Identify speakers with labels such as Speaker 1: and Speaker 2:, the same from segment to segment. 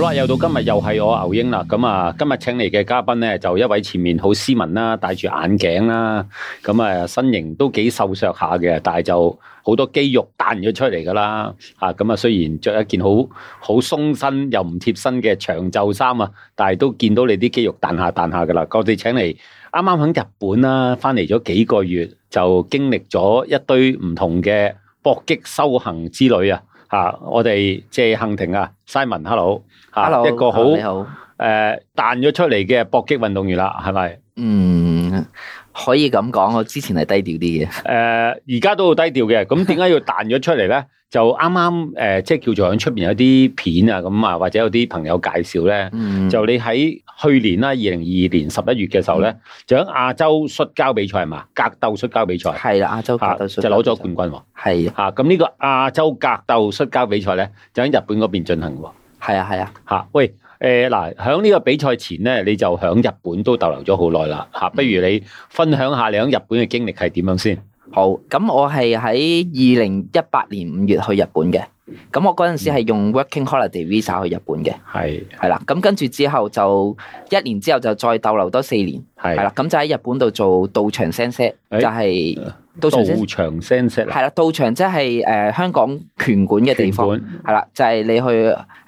Speaker 1: 啦，又到今日又係我牛英啦。咁啊，今日請嚟嘅嘉賓咧，就一位前面好斯文啦，戴住眼鏡啦，咁啊身形都幾瘦削下嘅，但係就好多肌肉彈咗出嚟噶啦。啊，咁啊雖然着一件好好鬆身又唔貼身嘅長袖衫啊，但係都見到你啲肌肉彈下彈下噶啦。我哋請嚟啱啱喺日本啦，翻嚟咗幾個月，就經歷咗一堆唔同嘅搏擊修行之旅啊。啊！我哋謝幸庭啊，Simon，hello，啊
Speaker 2: Hello，
Speaker 1: 一個好
Speaker 2: hello，
Speaker 1: 誒
Speaker 2: 你好，
Speaker 1: 彈咗出嚟嘅搏擊運動員啦，係咪？
Speaker 2: 嗯，可以咁講，我之前係低調啲嘅，
Speaker 1: 誒呃而家都好低調嘅，咁點解要彈咗出嚟咧？就啱啱誒，即係叫做喺出邊有啲片啊，咁啊，或者有啲朋友介紹咧，
Speaker 2: 嗯，
Speaker 1: 就你喺去年啦，二零二二年十一月嘅時候
Speaker 2: 嗯
Speaker 1: 咧，就喺亞洲摔跤比賽係嘛，格鬥摔跤比賽
Speaker 2: 係啦，亞洲格
Speaker 1: 嚇，
Speaker 2: 鬥
Speaker 1: 就攞咗冠軍喎
Speaker 2: 軍，係
Speaker 1: 嚇。咁呢個亞洲格鬥摔跤比賽咧，就喺日本嗰邊進行喎。
Speaker 2: 係啊係啊，
Speaker 1: 嚇、喂，誒嗱，響呢個比賽前咧，你就響日本都逗留咗好耐啦嚇，不如你分享下你響日本嘅經歷係點樣先？
Speaker 2: 好，咁我係喺二零一八年五月去日本嘅，咁我嗰陣時係用 working holiday visa 去日本嘅，
Speaker 1: 係
Speaker 2: 係啦，咁跟住之後就一年之後就再逗留多四年，
Speaker 1: 係
Speaker 2: 係啦，咁就喺日本度做道場 sensei，
Speaker 1: 誒
Speaker 2: 就係道場 sensei，
Speaker 1: 道場 sense 啦，
Speaker 2: 係啦，道場即係誒香港拳館嘅地方。
Speaker 1: 拳
Speaker 2: 係啦，就係、你去誒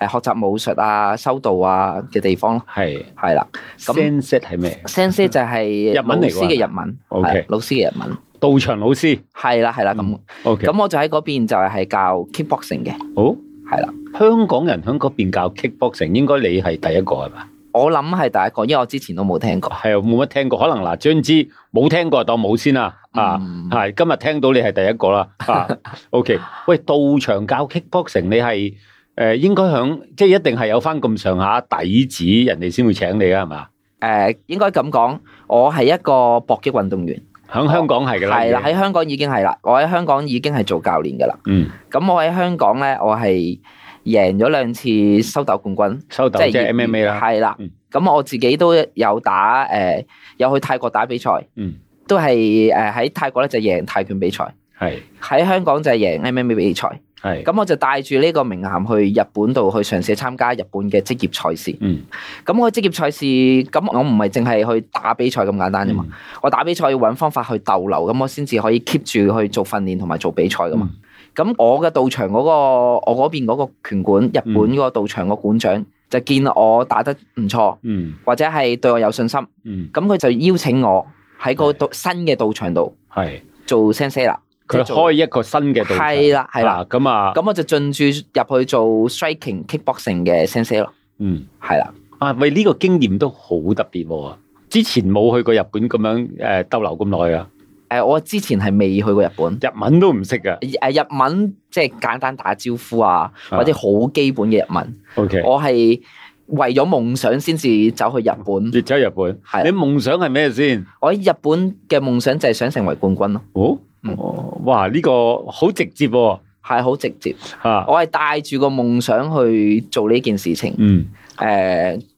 Speaker 2: 學習武術啊、修道啊嘅地方咯，
Speaker 1: 館係
Speaker 2: 係啦。咁
Speaker 1: sense 係咩
Speaker 2: sensei 就係
Speaker 1: 日文
Speaker 2: 老
Speaker 1: 嚟㗎
Speaker 2: 師嘅日文
Speaker 1: ？OK
Speaker 2: 係啦老師嘅日文，
Speaker 1: 道場老師
Speaker 2: 係啦係啦咁。
Speaker 1: ，OK，
Speaker 2: 咁我就喺嗰邊就係教 kickboxing 嘅，
Speaker 1: 好。
Speaker 2: 係啦。
Speaker 1: 香港人喺嗰邊教 kickboxing，應該你係第一個係嘛？
Speaker 2: 我諗係第一個，因為我之前都冇聽過。
Speaker 1: 係啊冇乜聽過，可能嗱張之冇聽過當冇先啦啊！
Speaker 2: 嗯
Speaker 1: 係今日聽到你係第一個啦。 啊，OK，喂，道場教 kickboxing，你係誒、呃、應該響即係一定係有翻咁上下底子，人哋先會請你噶係嘛？
Speaker 2: 誒應該咁講，我係一個搏擊運動員，
Speaker 1: 響香港係㗎啦，
Speaker 2: 係啦，
Speaker 1: 已經
Speaker 2: 喺香港已經係啦，我喺香港已經係做教練㗎啦。
Speaker 1: 嗯，
Speaker 2: 咁我喺香港咧，我係贏咗兩次修道冠軍。
Speaker 1: 收到即係 MMA 啦，
Speaker 2: 係啦
Speaker 1: 嗯。
Speaker 2: 咁我自己都有打誒、呃有去泰國打比賽，
Speaker 1: 嗯，
Speaker 2: 都係誒喺泰國咧就贏泰拳比賽，
Speaker 1: 係
Speaker 2: 喺香港就係贏 MMA 比賽。
Speaker 1: 係，
Speaker 2: 咁我就帶住呢個名銜去日本度去嘗試參加日本嘅職業賽事。
Speaker 1: 嗯，
Speaker 2: 咁我去職業賽事，咁我唔係淨係去打比賽咁簡單啫嘛。我打比賽要揾方法去逗留，咁我先至可以 keep 住去做訓練同埋做比賽噶
Speaker 1: 嗯
Speaker 2: 嘛。咁、我嘅道場嗰、個，我嗰邊嗰個拳館，日本
Speaker 1: 嗯
Speaker 2: 嗰個道場個館長就見我打得唔錯，
Speaker 1: 嗯
Speaker 2: 或者係對我有信心，咁
Speaker 1: 嗯
Speaker 2: 佢就邀請我喺個道新嘅道場度
Speaker 1: 係，
Speaker 2: 做 sensei 啦。
Speaker 1: 佢開一個新嘅道場，
Speaker 2: 係啦係啦，
Speaker 1: 嗱咁啊，
Speaker 2: 咁我就進駐入去做 striking kickboxing 嘅 sensei 咯，
Speaker 1: 嗯。
Speaker 2: 係啦。
Speaker 1: 啊，喂！呢、個經驗都好特別喎、之前冇去過日本咁樣誒、呃逗留咁耐啊，
Speaker 2: 誒，我之前係未去過日本。
Speaker 1: 日文都唔識啊噶。
Speaker 2: 誒日文即係簡單打招呼啊，或者好基本嘅日文。
Speaker 1: O K，
Speaker 2: 我係為咗夢想先至走去日本。
Speaker 1: 你走日本，你
Speaker 2: 係啊
Speaker 1: 夢想係咩先？
Speaker 2: 我喺日本嘅夢想就係想成為冠軍咯，
Speaker 1: 哦
Speaker 2: 嗯，
Speaker 1: 哦哇！呢、個好直接喎、啊
Speaker 2: 係好直接。
Speaker 1: 嚇
Speaker 2: 我係帶住個夢想去做呢件事情。
Speaker 1: 嗯，
Speaker 2: 誒、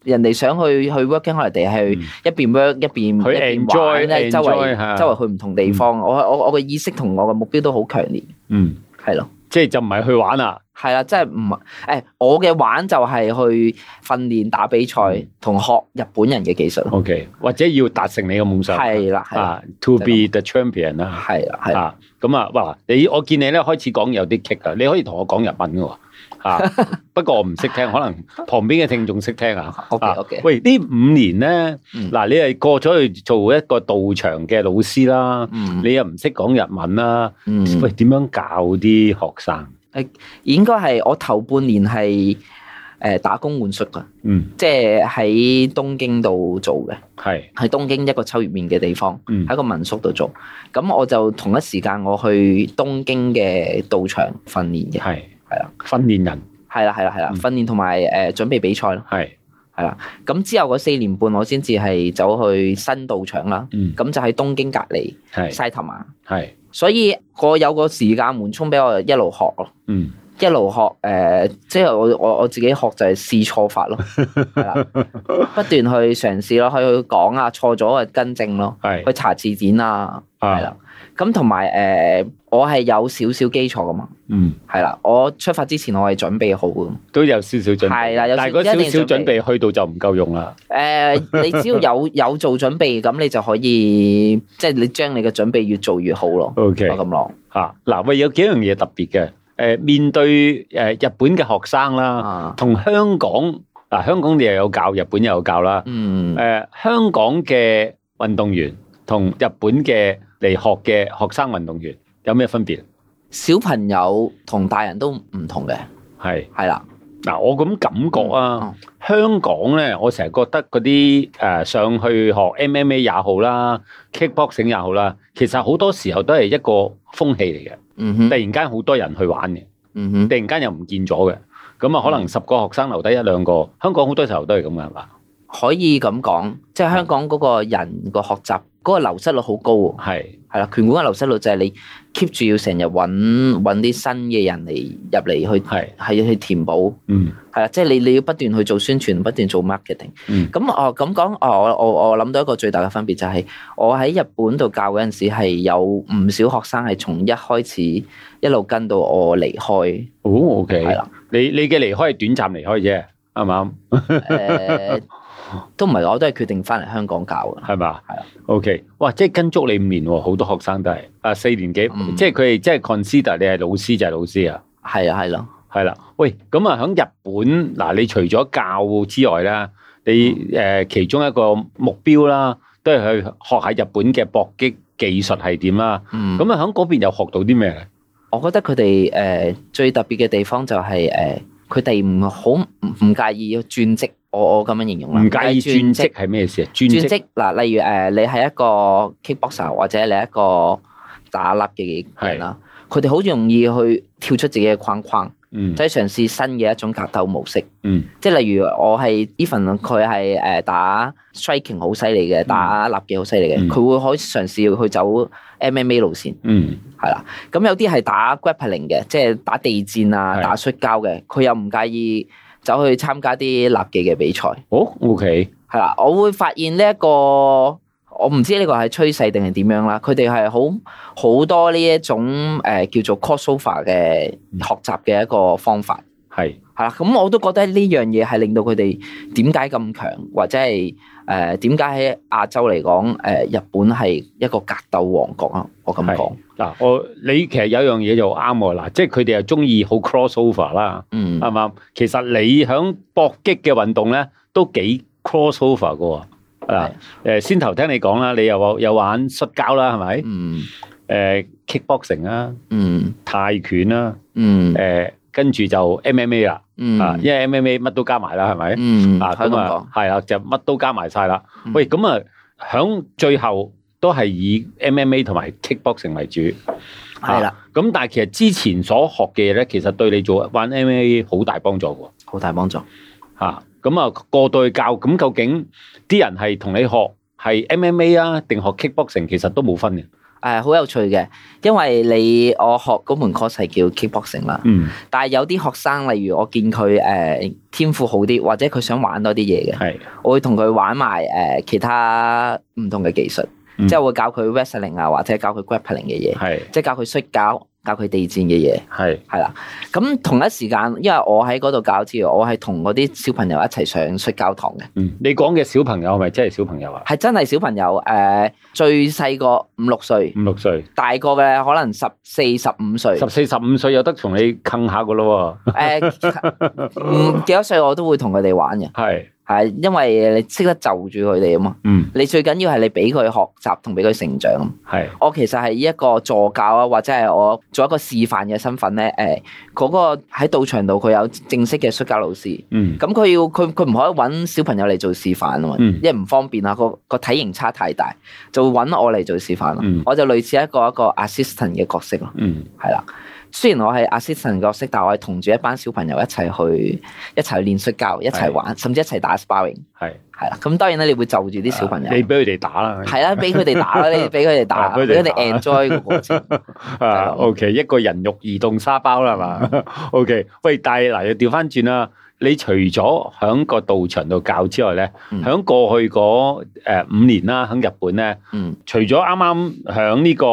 Speaker 2: 人哋想去去 working holiday 係
Speaker 1: 嗯
Speaker 2: 一邊 work 一邊
Speaker 1: 去
Speaker 2: 嗯一邊
Speaker 1: enjoy，啊
Speaker 2: 玩咧，周
Speaker 1: enjoy，嚇
Speaker 2: 圍周圍去唔同地方。我我我嘅意識同我嘅目標都好強烈，
Speaker 1: 嗯，
Speaker 2: 係咯。
Speaker 1: 即係就唔係去玩啊啦，
Speaker 2: 係啦，真係唔係誒，我嘅玩就係去訓練打比賽
Speaker 1: 嗯，
Speaker 2: 同學日本人嘅技術。
Speaker 1: O K，或者要達成你嘅夢想，
Speaker 2: 係啦，係啦，
Speaker 1: 啊，to be the champion 啦，
Speaker 2: 係啦，係啦。
Speaker 1: 啊，咁啊，哇！你我見你咧開始講有啲棘啊，你可以同我講日文嘅喎， 啊不過我唔識聽，可能旁邊嘅聽眾識聽啊。
Speaker 2: OK
Speaker 1: 啊
Speaker 2: OK，
Speaker 1: 喂，呢五年咧，
Speaker 2: 嗯
Speaker 1: 嗱、你係過咗去做一個道場嘅老師啦，
Speaker 2: 嗯，
Speaker 1: 你又唔識講日文啦，
Speaker 2: 嗯
Speaker 1: 喂，，點樣教啲學生？
Speaker 2: 應該係我頭半年係誒打工換宿噶，
Speaker 1: 嗯，
Speaker 2: 即係喺東京度做嘅，
Speaker 1: 係，
Speaker 2: 喺東京一個秋葉面嘅地方，
Speaker 1: 嗯，
Speaker 2: 喺個民宿度做。咁我就同一時間我去東京嘅道場訓練嘅，
Speaker 1: 係，
Speaker 2: 係啊啦，
Speaker 1: 訓練人
Speaker 2: 係啦，係啦，係啦，
Speaker 1: 嗯
Speaker 2: 訓練同埋誒準備比賽咯。
Speaker 1: 係，
Speaker 2: 咁之後嗰四年半，我先至係走去新道場啦。
Speaker 1: 嗯，
Speaker 2: 咁就喺東京隔離
Speaker 1: 係，
Speaker 2: 西頭馬，
Speaker 1: 係，
Speaker 2: 所以我有個時間緩衝俾我一路學咯，
Speaker 1: 嗯，
Speaker 2: 一路學誒、呃即係我我我自己學就係試錯法 咯，係啦，不斷去嘗試咯，去去講啊，錯咗啊更正咯，
Speaker 1: 係，
Speaker 2: 去查字典啊，係
Speaker 1: 啊，
Speaker 2: 啦，咁同埋誒，我係有少少基礎噶嘛，
Speaker 1: 嗯，
Speaker 2: 係啦，我出發之前我係準備好嘅。
Speaker 1: 都有少少準備，
Speaker 2: 係啦有少
Speaker 1: 但係嗰少
Speaker 2: 一定
Speaker 1: 少
Speaker 2: 要
Speaker 1: 準
Speaker 2: 準備
Speaker 1: 備去到就唔夠用啦。
Speaker 2: 誒、你只要 有有做準備，咁你就可以，即係你將你嘅準備越做越 好咯。
Speaker 1: OK，
Speaker 2: 我咁講
Speaker 1: 嚇嗱，喂，有幾樣嘢特別嘅，誒面對誒日本嘅學生啦，
Speaker 2: 啊，
Speaker 1: 同香港嗱香港你又有教，日本又有教啦。
Speaker 2: 嗯，
Speaker 1: 誒香港嘅運動員同日本嘅嚟學嘅學生運動員有咩分別？
Speaker 2: 小朋友同大人都唔同嘅，
Speaker 1: 係
Speaker 2: 係啦，
Speaker 1: 嗱，我咁感覺啊
Speaker 2: 嗯，
Speaker 1: 香港咧，我成日覺得嗰啲誒上去學 MMA 也好啦，kickboxing 也好啦，其實好多時候都係一個風氣嚟嘅，
Speaker 2: 嗯
Speaker 1: 突
Speaker 2: 哼，
Speaker 1: 然間好多人去玩嘅，
Speaker 2: 嗯哼，
Speaker 1: 突然間又唔見咗嘅，咁啊可
Speaker 2: 嗯
Speaker 1: 能十個學生留低一兩個，香港好多時候都係咁嘅，係嘛？
Speaker 2: 可以咁講，即係香港嗰個人個學習嗰個流失率好高喎，
Speaker 1: 係
Speaker 2: 係啦，拳館嘅流失率就係你 keep 住要成日揾揾啲新嘅人嚟入嚟去
Speaker 1: 係，
Speaker 2: 係去填補。
Speaker 1: 嗯
Speaker 2: 係啦，即係你你要不斷去做宣傳，不斷做 marketing。
Speaker 1: 嗯
Speaker 2: 咁哦咁講，哦我我我諗到一個最大嘅分別就係、我喺日本度教嗰陣時係有唔少學生係從一開始一路跟到我離開，
Speaker 1: 好哦 OK，
Speaker 2: 係啦，
Speaker 1: 你你嘅離開係短暫離開啫，啱唔啱？
Speaker 2: 誒、 都唔係我都係決定翻嚟香港教嘅。
Speaker 1: 係嘛？
Speaker 2: 係啊
Speaker 1: OK，哇！即係跟足你五年喎，好多學生都係啊四年幾，
Speaker 2: 嗯
Speaker 1: 即係佢哋即係 consider 你係老師就係老師啊，
Speaker 2: 係啊係咯，
Speaker 1: 係啦。喂，咁啊喺日本嗱，你除咗教之外啦，你
Speaker 2: 嗯
Speaker 1: 誒、呃其中一個目標啦，都係去學下日本嘅搏擊技術係點啦。
Speaker 2: 嗯，咁
Speaker 1: 咁啊喺嗰邊又學到啲咩咧？
Speaker 2: 我覺得佢哋誒最特別嘅地方就係、誒，佢哋唔好唔唔介意要轉職，我我咁樣形容啦，
Speaker 1: 唔介意轉
Speaker 2: 職
Speaker 1: 職係咩事啊？轉
Speaker 2: 轉
Speaker 1: 職
Speaker 2: 職嗱，例如誒、呃你係一個 kickboxer 或者你係一個打笠嘅人啦，佢哋好容易去跳出自己嘅框框，
Speaker 1: 嗯
Speaker 2: 即係嘗試新嘅一種格鬥模式。
Speaker 1: 嗯
Speaker 2: 即係例如我係 even 佢係誒打 striking 好犀利嘅，打立技好犀利嘅，
Speaker 1: 嗯
Speaker 2: 佢、會可以嘗試去走 MMA 路線，
Speaker 1: 嗯
Speaker 2: 係啦。咁有啲係打 grappling 嘅，即係打地戰啊、
Speaker 1: 係
Speaker 2: 打摔跤嘅，佢又唔介意走去參加啲立技嘅比賽。
Speaker 1: 哦 OK
Speaker 2: 係啦，我會發現呢、一個，我唔知呢個係趨勢定係點樣啦。佢哋係好好多呢一種誒、呃叫做 crossover 嘅學習嘅一個方法。
Speaker 1: 係
Speaker 2: 係啦，咁我都覺得呢樣嘢係令到佢哋點解咁強，或者係誒點解喺亞洲嚟講，誒、日本係一個格鬥王國啊！我咁講，
Speaker 1: 嗱，我你其實有樣嘢就啱喎嗱，即係佢哋又中意好 cross over 啦。
Speaker 2: 嗯，
Speaker 1: 啱唔啱？其實你響搏擊嘅運動咧，都幾 crossover 嘅喎。嗱
Speaker 2: 係，
Speaker 1: 誒先頭聽你講啦，你又話有玩摔跤啦，係咪？
Speaker 2: 嗯
Speaker 1: 誒 kickboxing 啦，
Speaker 2: 嗯
Speaker 1: 泰拳啦，
Speaker 2: 嗯
Speaker 1: 誒跟住就 MMA 啦，
Speaker 2: 嗯，
Speaker 1: 啊，因為 MMA 乜都加埋啦，係咪？
Speaker 2: 嗯，
Speaker 1: 啊，
Speaker 2: 可以
Speaker 1: 咁
Speaker 2: 咁講
Speaker 1: 啊，，係啦，就乜都加埋晒啦。
Speaker 2: 嗯
Speaker 1: 喂，咁啊，響最後都係以 MMA 同埋 kickboxing 為主。
Speaker 2: 係啦，
Speaker 1: 啊，咁但係其實之前所學嘅嘢咧，其實對你做玩 MMA 好大幫助喎。
Speaker 2: 好大幫助。
Speaker 1: 嚇。咁啊，過到去教，咁究竟啲人係同你學係 MMA 啊，定學 kickboxing，其實都冇分嘅。
Speaker 2: 誒好有趣嘅，因為你我學嗰門 course 係叫 kickboxing 啦，
Speaker 1: 嗯，
Speaker 2: 但係有啲學生例如我見佢誒、呃天賦好啲，或者佢想玩多啲嘢嘅，
Speaker 1: 係
Speaker 2: 我會同佢玩埋誒、呃其他唔同嘅技術，
Speaker 1: 嗯
Speaker 2: 即係會教佢 wrestling 啊，或者教佢 grappling 嘅嘢，
Speaker 1: 係
Speaker 2: 即係教佢摔跤，教佢地戰嘅嘢，
Speaker 1: 係
Speaker 2: 係啦。咁同一時間，因為我喺嗰度教之餘，我係同嗰啲小朋友一齊上摔跤堂嘅，
Speaker 1: 嗯，你講嘅小朋友係咪真係小朋友啊？
Speaker 2: 係真係小朋友誒、呃最細個五六歲，
Speaker 1: 五六歲，
Speaker 2: 大個嘅可能十四十五歲。
Speaker 1: 十四十五歲有得同你坑下噶咯
Speaker 2: 诶，嗯，几多歲我都會同佢哋玩嘅，
Speaker 1: 喎。係，
Speaker 2: 係因為你識得就住佢哋啊嘛。
Speaker 1: 嗯，
Speaker 2: 你最緊要係你俾佢學習同俾佢成長。
Speaker 1: 係
Speaker 2: 我其實係以一個助教啊，或者係我做一個示範嘅身份咧。诶、嗰、個喺道場度佢有正式嘅摔跤老師，
Speaker 1: 嗯
Speaker 2: 咁佢要佢佢唔可以揾小朋友嚟做示範啊嘛，
Speaker 1: 嗯
Speaker 2: 因為唔方便啊，個個體型差太大，就會揾我嚟做示範咯。啊
Speaker 1: 嗯
Speaker 2: 我就類似一個一個 assistant 嘅角色咯。
Speaker 1: 嗯
Speaker 2: 係啦。雖然我係 assistant 角色，但我係同住一班小朋友一齊去一齊去練摔跤，一齊玩，甚至一齊打 sparring，
Speaker 1: 係。
Speaker 2: 係啦。咁當然咧，你會就住啲小朋友，
Speaker 1: 啊你俾佢哋打 啦。
Speaker 2: 係啦，俾佢哋 打啦，你俾佢哋打，
Speaker 1: 係
Speaker 2: 俾
Speaker 1: 啊俾佢
Speaker 2: 佢
Speaker 1: 哋
Speaker 2: 哋
Speaker 1: 打
Speaker 2: enjoy 個 過程。
Speaker 1: 啊，OK，一個人肉移動沙包啦係嘛
Speaker 2: 啊
Speaker 1: ，OK，喂，但係嗱，又調翻轉啦，你除咗喺個道場度教之外咧，
Speaker 2: 嗯
Speaker 1: 喺、過去嗰誒五年啦，喺日本咧，
Speaker 2: 嗯
Speaker 1: 除咗啱啱喺呢個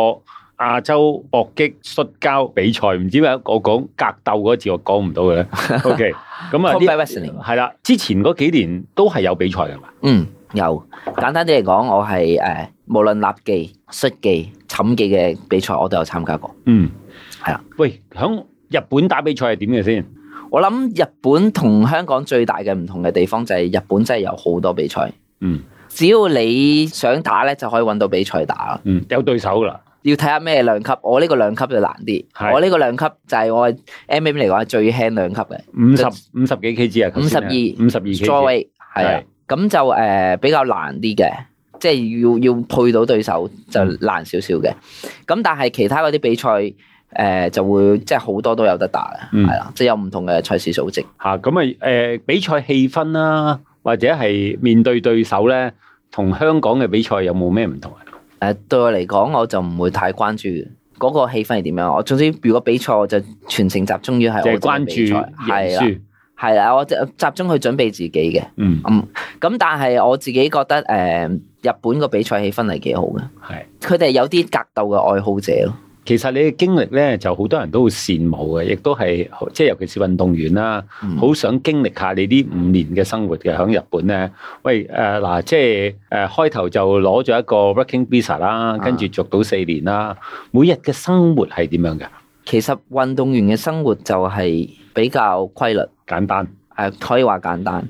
Speaker 1: 亞洲搏擊摔跤比賽，唔知點解我講格鬥嗰個字我講唔到 嘅咧。OK，咁啊
Speaker 2: Combat
Speaker 1: 呢
Speaker 2: wrestling
Speaker 1: 係啦，之前嗰幾年都係有比賽嘅嘛。
Speaker 2: 嗯，有簡單啲嚟講，我係誒、呃、無論立技、摔技、冚技嘅比賽，我都有參加過。
Speaker 1: 嗯，
Speaker 2: 係啊啦。
Speaker 1: 喂，響日本打比賽係點嘅先？
Speaker 2: 我諗日本同香港最大嘅唔同嘅地方就係日本真係有好多比賽，
Speaker 1: 嗯
Speaker 2: 只要你想打咧就可以揾到比賽打啦。
Speaker 1: 嗯，有對手噶啦。
Speaker 2: 要睇下咩量級，我呢個量級就難啲。
Speaker 1: 係
Speaker 2: 我呢個量級就係我 MMA 嚟講係最輕量級嘅
Speaker 1: 五十五十幾 kg 啊，頭先啊
Speaker 2: 52
Speaker 1: 五十二
Speaker 2: s t r o w
Speaker 1: kg，
Speaker 2: weight 係啊，咁就誒、呃比較難啲嘅，即係要要配到對手就
Speaker 1: 嗯
Speaker 2: 難少少嘅。咁但係其他嗰啲比賽誒、呃就會即係好多都有得打嘅，
Speaker 1: 嗯
Speaker 2: 係啦、即係有唔同嘅賽事組織。
Speaker 1: 吓咁啊诶，比賽氣氛啦，或者係面對對手咧，同香港嘅比賽有冇咩唔同啊？
Speaker 2: 誒呃對我嚟講，我就唔會太關注嗰個氣氛係點樣。我總之如果比賽，我就全程集中於係
Speaker 1: 就
Speaker 2: 我
Speaker 1: 係
Speaker 2: 自己
Speaker 1: 關
Speaker 2: 比
Speaker 1: 注
Speaker 2: 賽
Speaker 1: 贏
Speaker 2: 係啦，
Speaker 1: 輸。
Speaker 2: 係啦，我就集中去準備自己嘅。
Speaker 1: 嗯，
Speaker 2: 咁但係我自己覺得誒、日本個比賽氣氛係幾好嘅。
Speaker 1: 係。
Speaker 2: 佢哋有啲格鬥嘅愛好者咯，
Speaker 1: 其實你嘅經歷咧，就好多人都好羨慕嘅，亦都係即係尤其是運動員啦，
Speaker 2: 嗯
Speaker 1: 好、想經歷下你呢五年嘅生活嘅。喺日本咧，喂誒嗱、即係誒開頭就攞咗一個 working visa 啦，跟住續到四年啦。每日嘅生活係點樣嘅？
Speaker 2: 其實運動員嘅生活就係比較規律，誒、
Speaker 1: 簡單，
Speaker 2: 可以話簡單。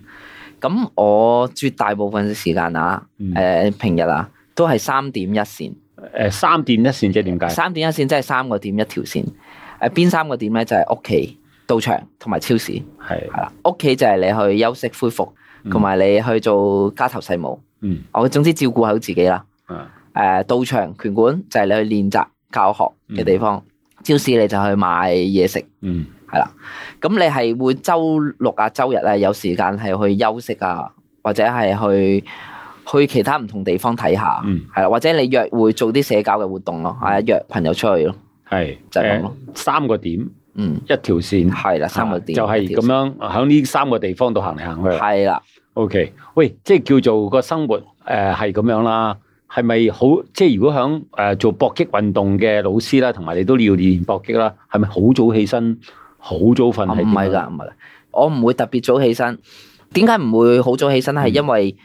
Speaker 2: 咁我絕大部分嘅時間啊，
Speaker 1: 嗯
Speaker 2: 誒、平日啊，都係三點一線。
Speaker 1: 誒三點一線即係點解？
Speaker 2: 三點一線即係三個點一條線。誒邊三個點咧就係屋企、道場同埋超市，係
Speaker 1: 係
Speaker 2: 啦。屋企就係你去休息恢復，同埋你去做家頭細務。
Speaker 1: 嗯
Speaker 2: 我總之照顧好自己啦。
Speaker 1: 啊
Speaker 2: 誒、道場呃拳館就係你去練習教學嘅地方，超市你就去買嘢食。
Speaker 1: 嗯
Speaker 2: 咁你係會周六啊、周日啊有時間係去休息啊，或者係去去其他唔同地方睇下，
Speaker 1: 嗯
Speaker 2: 係啦、或者你約會做啲社交嘅活動咯，係啊約朋友出去咯，
Speaker 1: 係
Speaker 2: 就係咁咯。
Speaker 1: 誒三個點一
Speaker 2: 嗯。
Speaker 1: 條線，
Speaker 2: 係啦，三個
Speaker 1: 啊
Speaker 2: 點
Speaker 1: 就係咁樣喺呢三個地方度行嚟行去。
Speaker 2: 係啦，
Speaker 1: O、k 喂，即係叫做個生活誒係咁樣啦，係咪好？即係如果響誒、呃做搏擊運動嘅老師啦，同埋你都要練搏擊啦，係咪好早起身、好早瞓？
Speaker 2: 啊唔
Speaker 1: 㗎，
Speaker 2: 係㗎，唔係㗎，我唔會特別早起身。點解唔會好早起
Speaker 1: 嗯
Speaker 2: 身咧？係因為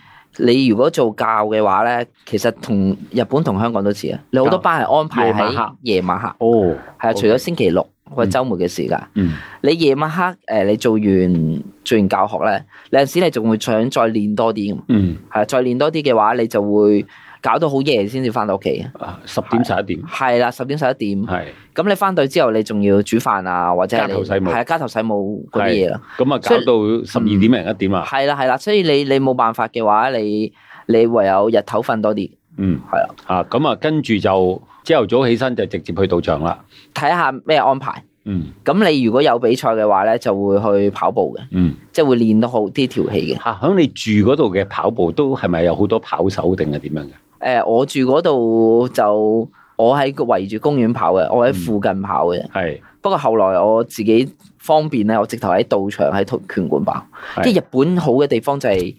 Speaker 2: 你如果做教嘅話咧，其實同日本同香港都似啊。你好多班係安排
Speaker 1: 夜晚黑
Speaker 2: 喺夜晚黑，
Speaker 1: 哦，
Speaker 2: 係啊，除咗星期六或者
Speaker 1: 嗯
Speaker 2: 週末嘅時間，
Speaker 1: 嗯
Speaker 2: 你夜晚黑誒，你做完做完教學咧，有陣時你仲會想再練多啲㗎嘛，
Speaker 1: 嗯
Speaker 2: 係啊，再練多啲嘅話，你就會搞到好夜先至翻到屋企。
Speaker 1: 啊十點十一點
Speaker 2: 係啦，十點十一點。
Speaker 1: 係
Speaker 2: 咁你翻到之後，你仲要煮飯啊，或者係你
Speaker 1: 家嗯頭細務
Speaker 2: 係啊，家頭細務嗰啲嘢啦，
Speaker 1: 咁啊，搞
Speaker 2: 所以
Speaker 1: 到十二點零一點啊，
Speaker 2: 係啦係啦，所以你你冇辦法嘅話，你你唯有日頭瞓多啲，
Speaker 1: 嗯
Speaker 2: 係啦，
Speaker 1: 啊咁啊，跟住就朝頭早起身就直接去到場啦，
Speaker 2: 睇下咩安排。
Speaker 1: 嗯
Speaker 2: 咁你如果有比賽嘅話咧，就會去跑步嘅，
Speaker 1: 嗯
Speaker 2: 即係會練到好啲條氣嘅。誒、
Speaker 1: 嚇，響、你住嗰度嘅跑步都係咪有好多跑手定係點樣嘅？
Speaker 2: 我住嗰度就我喺個圍住公園跑嘅，我喺附近跑嘅。
Speaker 1: 係
Speaker 2: 不過後來我自己方便咧，我直頭喺道場喺拳館跑。
Speaker 1: 係
Speaker 2: 即係日本好嘅地方就係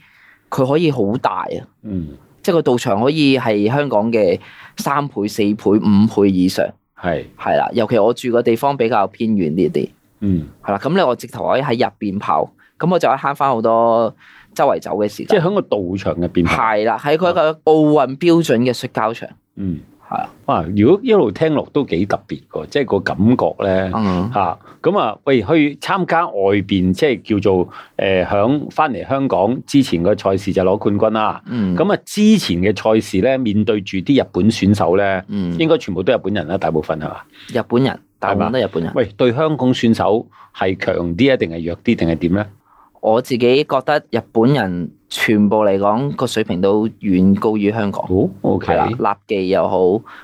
Speaker 2: 佢可以好大啊！
Speaker 1: 嗯
Speaker 2: 即係個道場可以係香港嘅三倍、四倍、五倍以上，
Speaker 1: 係
Speaker 2: 係啦。尤其我住個地方比較偏遠啲啲，
Speaker 1: 嗯。
Speaker 2: 係啦。咁咧我直頭可以喺入邊跑，咁我就可以慳翻好多周圍走嘅時
Speaker 1: 即係
Speaker 2: 間。
Speaker 1: 喺個道場入邊跑。
Speaker 2: 係啦，喺佢一個奧運標準嘅摔跤場，
Speaker 1: 嗯，
Speaker 2: 係啊，
Speaker 1: 哇！如果一路聽落都幾特別嘅，即係個感覺咧
Speaker 2: 嗯，
Speaker 1: 嚇。咁啊，喂，去參加外邊即係叫做誒，響翻嚟香港之前個賽事就攞冠軍啦。
Speaker 2: 嗯，
Speaker 1: 咁啊，之前嘅賽事咧，面對住啲日本選手咧，
Speaker 2: 嗯，
Speaker 1: 應該全部都日本人啦，大部分係嘛？
Speaker 2: 日本人，大部分都係日本人。
Speaker 1: 喂，對香港選手係強啲啊，定係弱啲，定係點咧？
Speaker 2: 我自己覺得日本人全部嚟講個水平都遠高於香港。
Speaker 1: 好
Speaker 2: 係啦，立技又好，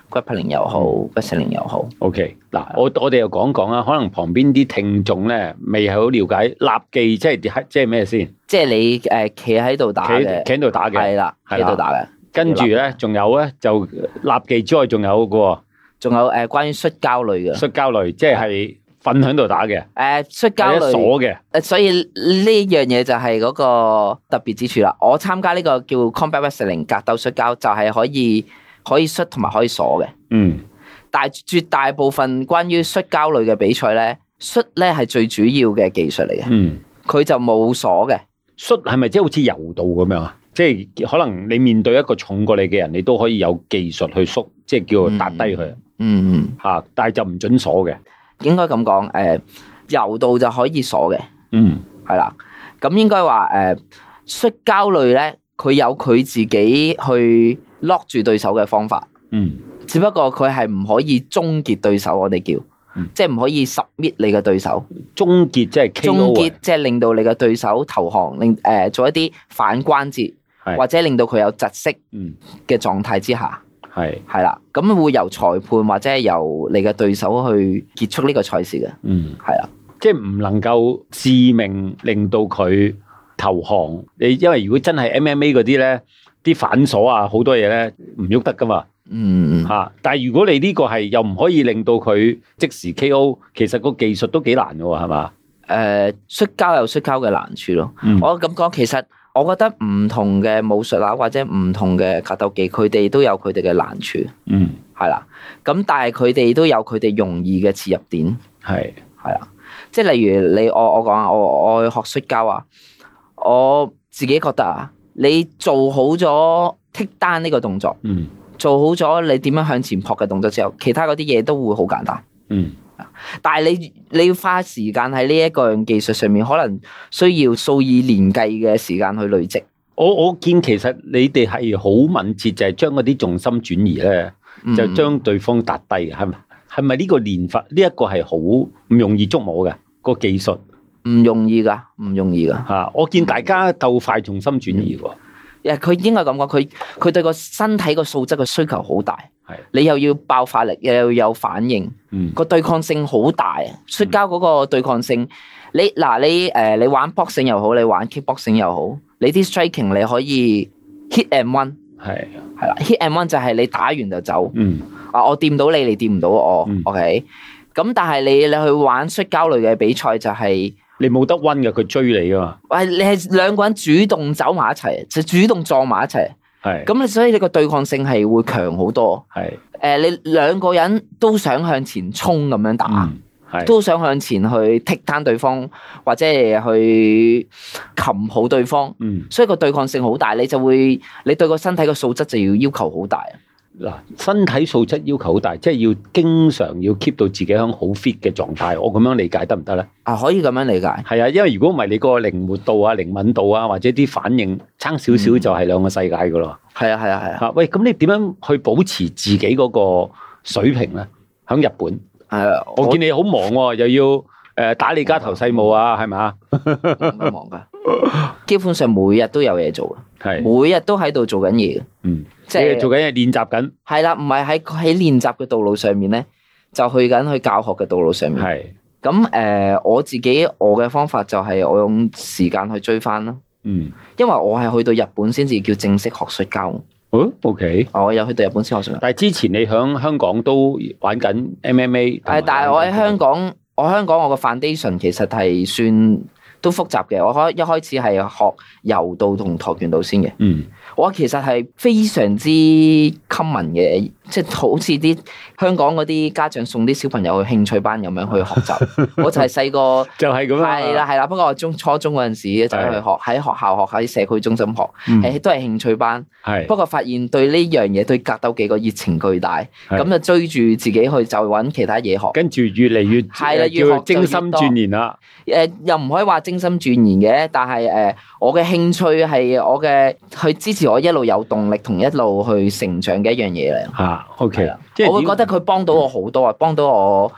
Speaker 2: 骨皮靈又好，
Speaker 1: 嗯
Speaker 2: 骨石靈又好。
Speaker 1: OK，嗱，我我哋又講講啊，可能旁邊啲聽眾咧未係好了解立技即係即係咩先？
Speaker 2: 即係你誒企喺度打
Speaker 1: 企
Speaker 2: 嘅，
Speaker 1: 企喺度打嘅，
Speaker 2: 係啦，企
Speaker 1: 係啦
Speaker 2: 喺度打嘅。
Speaker 1: 跟住咧仲有咧就立技之外，仲有個
Speaker 2: 仲有誒關於摔跤類嘅，
Speaker 1: 摔跤類，即係瞓喺度打嘅，
Speaker 2: 誒呃摔跤
Speaker 1: 或者鎖
Speaker 2: 類，
Speaker 1: 嘅，
Speaker 2: 誒所以呢樣嘢就係嗰個特別之處啦。我參加呢個叫 combat wrestling 格鬥摔跤，就係可以可以摔同埋可以鎖嘅。
Speaker 1: 嗯
Speaker 2: 但係絕大部分關於摔跤類嘅比賽咧，摔咧係最主要嘅技術嚟嘅，
Speaker 1: 嗯，
Speaker 2: 佢就冇鎖嘅。
Speaker 1: 摔係咪即係好似柔道咁樣啊？即係可能你面對一個重過你嘅人，你都可以有技術去縮，即係叫做打低佢
Speaker 2: 嗯嗯，
Speaker 1: 吓，嚇啊但係就唔准鎖嘅。
Speaker 2: 應該咁講，誒、呃柔道就可以鎖嘅，
Speaker 1: 嗯
Speaker 2: 係啦。咁應該話誒、呃摔跤類咧，佢有佢自己去 lock 住對手嘅方法，
Speaker 1: 嗯
Speaker 2: 只不過佢係唔可以終結對手，我哋叫，
Speaker 1: 嗯
Speaker 2: 即係唔可以 submit 你嘅對手。
Speaker 1: 終結即係 K.O.
Speaker 2: 終
Speaker 1: 啊
Speaker 2: 結即係令到你嘅對手投降，令誒、呃做一啲反關節，
Speaker 1: 係
Speaker 2: 或者令到佢有窒息
Speaker 1: 嗯
Speaker 2: 嘅狀態之下，
Speaker 1: 係
Speaker 2: 係啦，咁會由裁判或者係由你嘅對手去結束呢個賽事嘅，
Speaker 1: 嗯，
Speaker 2: 係啦，
Speaker 1: 即係唔能夠致命令到佢投降。你因為如果真係 MMA 嗰啲咧，啲反鎖啊好多嘢咧唔喐得噶嘛。
Speaker 2: 嗯，
Speaker 1: 吓、但系如果你呢個係又唔可以令到佢即時 K.O.，其實個技術都幾難嘅喎，係嘛？
Speaker 2: 誒、呃摔跤有摔跤嘅難處咯，
Speaker 1: 嗯
Speaker 2: 我咁講其實。我覺得唔同嘅武術啊，或者唔同嘅格鬥技，佢哋都有佢哋嘅難處，
Speaker 1: 嗯，
Speaker 2: 係啦。咁但係佢哋都有佢哋容易嘅切入點。
Speaker 1: 係，
Speaker 2: 系啦，即系例如你我我讲啊，我我去学摔跤啊，我自己觉得啊，你做好咗剔單呢個動作，
Speaker 1: 嗯
Speaker 2: 做好咗你點樣向前撲嘅動作之後，其他嗰啲嘢都會好簡單。
Speaker 1: 嗯
Speaker 2: 但係你你要花時間喺呢一個樣技術上面，可能需要數以年計嘅時間去累積。
Speaker 1: 我我見其實你哋係好敏捷，就係將嗰啲重心轉移咧，
Speaker 2: 嗯
Speaker 1: 就將對方打低嘅，係咪？係咪呢個練法呢一、個係好唔容易捉摸嘅、個技術
Speaker 2: 唔容易㗎，唔容易㗎。
Speaker 1: 嚇、啊我
Speaker 2: 嗯
Speaker 1: 見大家鬥快重心轉移喎，
Speaker 2: 誒呃佢應該咁講，佢佢對個身體個素質嘅需求好大
Speaker 1: 係，
Speaker 2: 你又要爆發力，又要有反應，
Speaker 1: 嗯
Speaker 2: 個對抗性好大啊！摔跤嗰個對抗性，你嗱你誒、呃你玩 boxing 又好，你玩 kickboxing 又好，你啲 striking 你可以 hit and run
Speaker 1: 係，
Speaker 2: 係啦，hit and run 就係你打完就走，
Speaker 1: 嗯
Speaker 2: 啊我掂到你，你掂唔到我、
Speaker 1: 嗯
Speaker 2: o k 咁但係你你去玩摔跤類嘅比賽就係、
Speaker 1: 你冇得温嘅，佢追你噶嘛，
Speaker 2: 喂你係兩個人主動走埋一齊，就主動撞埋一齊。
Speaker 1: 係
Speaker 2: 咁你所以你個對抗性係會強好多。
Speaker 1: 係，
Speaker 2: 誒、你兩個人都想向前衝咁樣打，
Speaker 1: 嗯係
Speaker 2: 都想向前去剔攤對方，或者係去擒好對方。
Speaker 1: 嗯。
Speaker 2: 所以個對抗性好大，你就會你對個身體嘅素質就要要求好大。
Speaker 1: 嗱，身體素質要求好大，即係要經常要 keep 到自己喺好 fit 嘅狀態。我咁樣理解得唔得咧？
Speaker 2: 啊，可以咁樣理解。
Speaker 1: 係啊，因為如果唔係你個靈活度啊、靈敏度啊，或者啲反應差少
Speaker 2: 嗯
Speaker 1: 少，就係兩個世界噶咯。
Speaker 2: 係啊，係啊，係啊。
Speaker 1: 嚇、喂，咁你點樣去保持自己嗰個水平咧？喺日本，
Speaker 2: 誒、
Speaker 1: 我見你好忙喎、又要誒、呃打你家頭細務啊，係咪啊？
Speaker 2: 我唔忙㗎，基本上每日都有嘢做，
Speaker 1: 係，
Speaker 2: 每日都喺度做緊嘢嘅。
Speaker 1: 嗯，
Speaker 2: 即
Speaker 1: 即
Speaker 2: 係
Speaker 1: 係做緊嘢練習緊，
Speaker 2: 係啦，唔係喺喺練習嘅道路上面咧，就去緊去教學嘅道路上面。
Speaker 1: 係，
Speaker 2: 咁誒、呃我自己我嘅方法就係我用時間去追翻啦，
Speaker 1: 嗯，
Speaker 2: 因為我係去到日本先至叫正式學摔跤，
Speaker 1: 哦，OK。
Speaker 2: 我有去到日本先學摔跤。
Speaker 1: 但係之前你喺香港都玩緊 MMA，
Speaker 2: 誒，呃但係我喺香
Speaker 1: 港，
Speaker 2: 港，我香港我個 foundation 其實係算都複雜嘅。我開一開始係學柔道同跆拳道先嘅。
Speaker 1: 嗯。
Speaker 2: 我其實係非常之 common 嘅，即係好似啲香港嗰啲家長送啲小朋友去興趣班咁樣去學習。我就係細個。
Speaker 1: 就係咁啊，
Speaker 2: 係啦，係啦，不過我中初中嗰陣時就去學喺學校學喺社區中心學，
Speaker 1: 嗯，
Speaker 2: 係都係興趣班。
Speaker 1: 係
Speaker 2: 不過發現對呢樣嘢對格鬥技個熱情巨大，
Speaker 1: 係
Speaker 2: 咁就追住自己去就揾其他嘢學。
Speaker 1: 跟住越嚟越
Speaker 2: 係啦
Speaker 1: 呃
Speaker 2: 越學就
Speaker 1: 叫精
Speaker 2: 越
Speaker 1: 心
Speaker 2: 多
Speaker 1: 鑽研啦，
Speaker 2: 誒、又唔可以話精心鑽研嘅，但係誒、我嘅興趣係我嘅去支持我一路有動力同一路去成長嘅一樣嘢嚟。
Speaker 1: 吓 OK，即係
Speaker 2: 我會
Speaker 1: 點
Speaker 2: 覺得佢幫到我好多啊，幫到我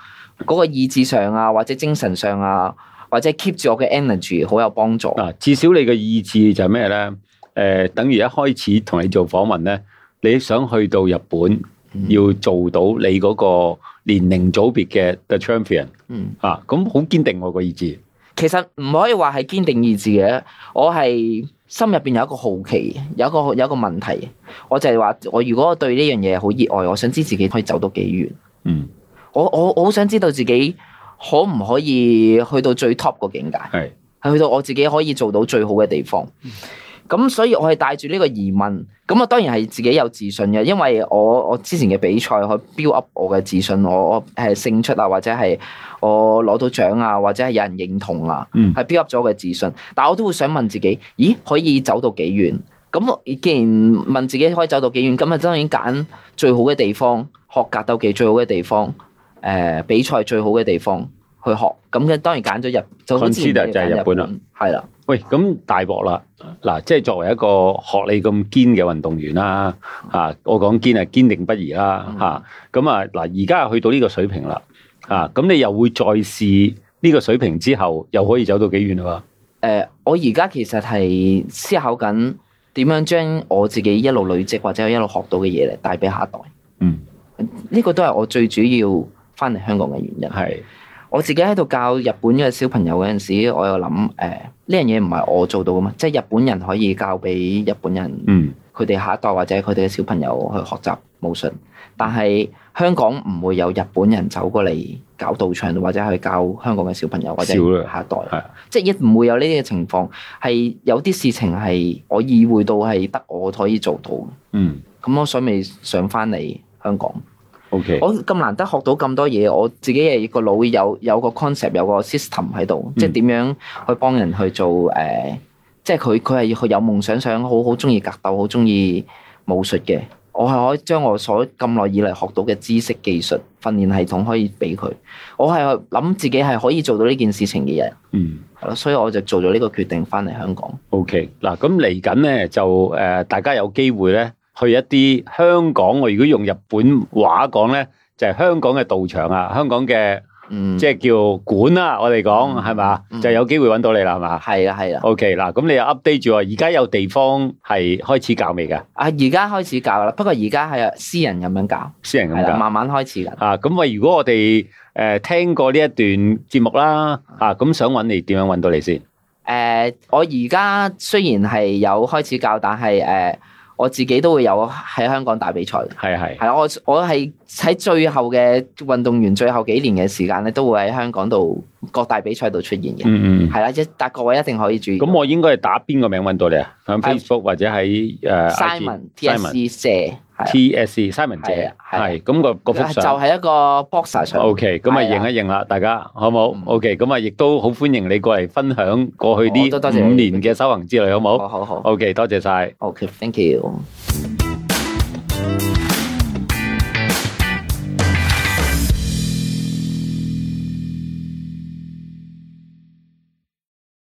Speaker 2: 嗰個意志上啊，或者精神上啊，或者 keep 住我嘅 energy 好有幫助。
Speaker 1: 嗱，至少你嘅意志就係咩咧？诶、等於一開始同你做訪問咧，你想去到日本，
Speaker 2: 嗯
Speaker 1: 要做到你嗰個年齡組別嘅 the champion
Speaker 2: 嗯。
Speaker 1: 啊，咁好堅定我個意志，
Speaker 2: 其實唔可以話係堅定意志嘅，我係心入邊有一個好奇，有一個有一個問題，我就係話我如果我對呢樣嘢好熱愛，我想知自己可以走到幾遠，
Speaker 1: 嗯，
Speaker 2: 我我我好想知道自己可唔可以去到最 top 個境界，
Speaker 1: 係
Speaker 2: 係去到我自己可以做到最好嘅地方。咁所以我係帶住呢個疑問，咁我當然係自己有自信嘅，因為我我之前嘅比賽可以 build up 我嘅自信，我我係勝出啊，或者係我攞到獎啊，或者係有人認同啊，
Speaker 1: 嗯
Speaker 2: 係 build up 咗我嘅自信。但我都會想問自己，咦，可以走到幾遠？咁我既然問自己可以走到幾遠，咁啊當然揀最好嘅地方，學格鬥技最好嘅地方，誒、比賽最好嘅地方去學。咁嘅當然揀咗日，就好似
Speaker 1: Consider 就係日本啦，
Speaker 2: 係啦。
Speaker 1: 喂，咁大鑊啦！嗱，即係作為一個學你咁堅嘅運動員啦，啊，我講堅係堅定不移啦，
Speaker 2: 嗯
Speaker 1: 嚇、咁啊，嗱，而家去到呢個水平啦，啊，咁你又會再試呢個水平之後，又可以走到幾遠啊？
Speaker 2: 誒、呃我而家其實係思考緊點樣將我自己一路累積或者一路學到嘅嘢嚟帶俾下一代。
Speaker 1: 嗯，
Speaker 2: 呢個都係我最主要翻嚟香港嘅原因。
Speaker 1: 係，
Speaker 2: 我自己喺度教日本嘅小朋友嗰陣時，我又諗誒呢樣嘢唔係我做到噶嘛，即係日本人可以教俾日本人，
Speaker 1: 嗯，
Speaker 2: 佢哋下一代或者佢哋嘅小朋友去學習武術，但係香港唔會有日本人走過嚟搞道場，或者去教香港嘅小朋友或者
Speaker 1: 少啦
Speaker 2: 下一代。
Speaker 1: 係啊，
Speaker 2: 即係一唔會有呢啲嘅情況，係有啲事情係我意會到係得我可以做到嘅，
Speaker 1: 嗯
Speaker 2: 咁我所以咪上翻嚟香港。
Speaker 1: ，OK，
Speaker 2: 我咁難得學到咁多嘢，我自己係個腦有有個 concept 有個 system 喺度，
Speaker 1: 嗯
Speaker 2: 即係點樣去幫人去做誒、呃即係佢佢係佢有夢想，想好好中意格鬥，好中意武術嘅。我係可以將我所咁耐以嚟學到嘅知識、技術、訓練系統可以俾佢。我係諗自己係可以做到呢件事情嘅人。
Speaker 1: 嗯。
Speaker 2: 係咯，所以我就做咗呢個決定，翻嚟香港。
Speaker 1: O K，嗱咁嚟緊咧就誒、呃大家有機會咧去一啲香港，我如果用日本話講咧，就係、香港嘅道場啊，香港嘅
Speaker 2: 嗯，
Speaker 1: 即係
Speaker 2: 即
Speaker 1: 叫館啦、我哋講
Speaker 2: 嗯
Speaker 1: 係嘛，
Speaker 2: 嗯
Speaker 1: 就有機會揾到你啦，係嘛
Speaker 2: 係啊啦係啦，
Speaker 1: ？O K，嗱咁你又 update 住我，而家有地方係開始教未㗎？
Speaker 2: 啊而家開始教啦，不過而家係啊私人咁樣教，
Speaker 1: 私人咁
Speaker 2: 係啦，
Speaker 1: 㗎。
Speaker 2: 慢慢開始㗎。
Speaker 1: 啊，咁喂，如果我哋誒、呃、聽過呢一段節目啦，啊，咁想揾你點樣揾到你先？
Speaker 2: 誒、呃我而家雖然係有開始教，但係誒、我自己都會有喺香港打比賽嘅。
Speaker 1: 係啊係，
Speaker 2: 係我我係喺最後嘅運動員最後幾年嘅時間咧，都會喺香港度各大比賽度出現嘅。
Speaker 1: 嗯嗯。
Speaker 2: 係啦、一但各位一定可以注意。
Speaker 1: 咁我應該係打邊個名揾到你啊？喺 Facebook 或者喺誒、呃 IG
Speaker 2: Simon T S C 謝係
Speaker 1: T.S. Simon 姐
Speaker 2: 係啊
Speaker 1: 係咁個個
Speaker 2: 啊
Speaker 1: 幅
Speaker 2: 就
Speaker 1: 相。
Speaker 2: 係一個 boxer 上
Speaker 1: O K，咁啊
Speaker 2: 係啊
Speaker 1: 認一認啦，大家好冇
Speaker 2: 嗯
Speaker 1: ？O K，咁啊亦都好歡迎你過嚟分享過去呢
Speaker 2: 我都多謝
Speaker 1: 五
Speaker 2: 你
Speaker 1: 年嘅修行之旅，好冇
Speaker 2: 好好好
Speaker 1: ？O K，多謝晒。
Speaker 2: ，OK，thank you。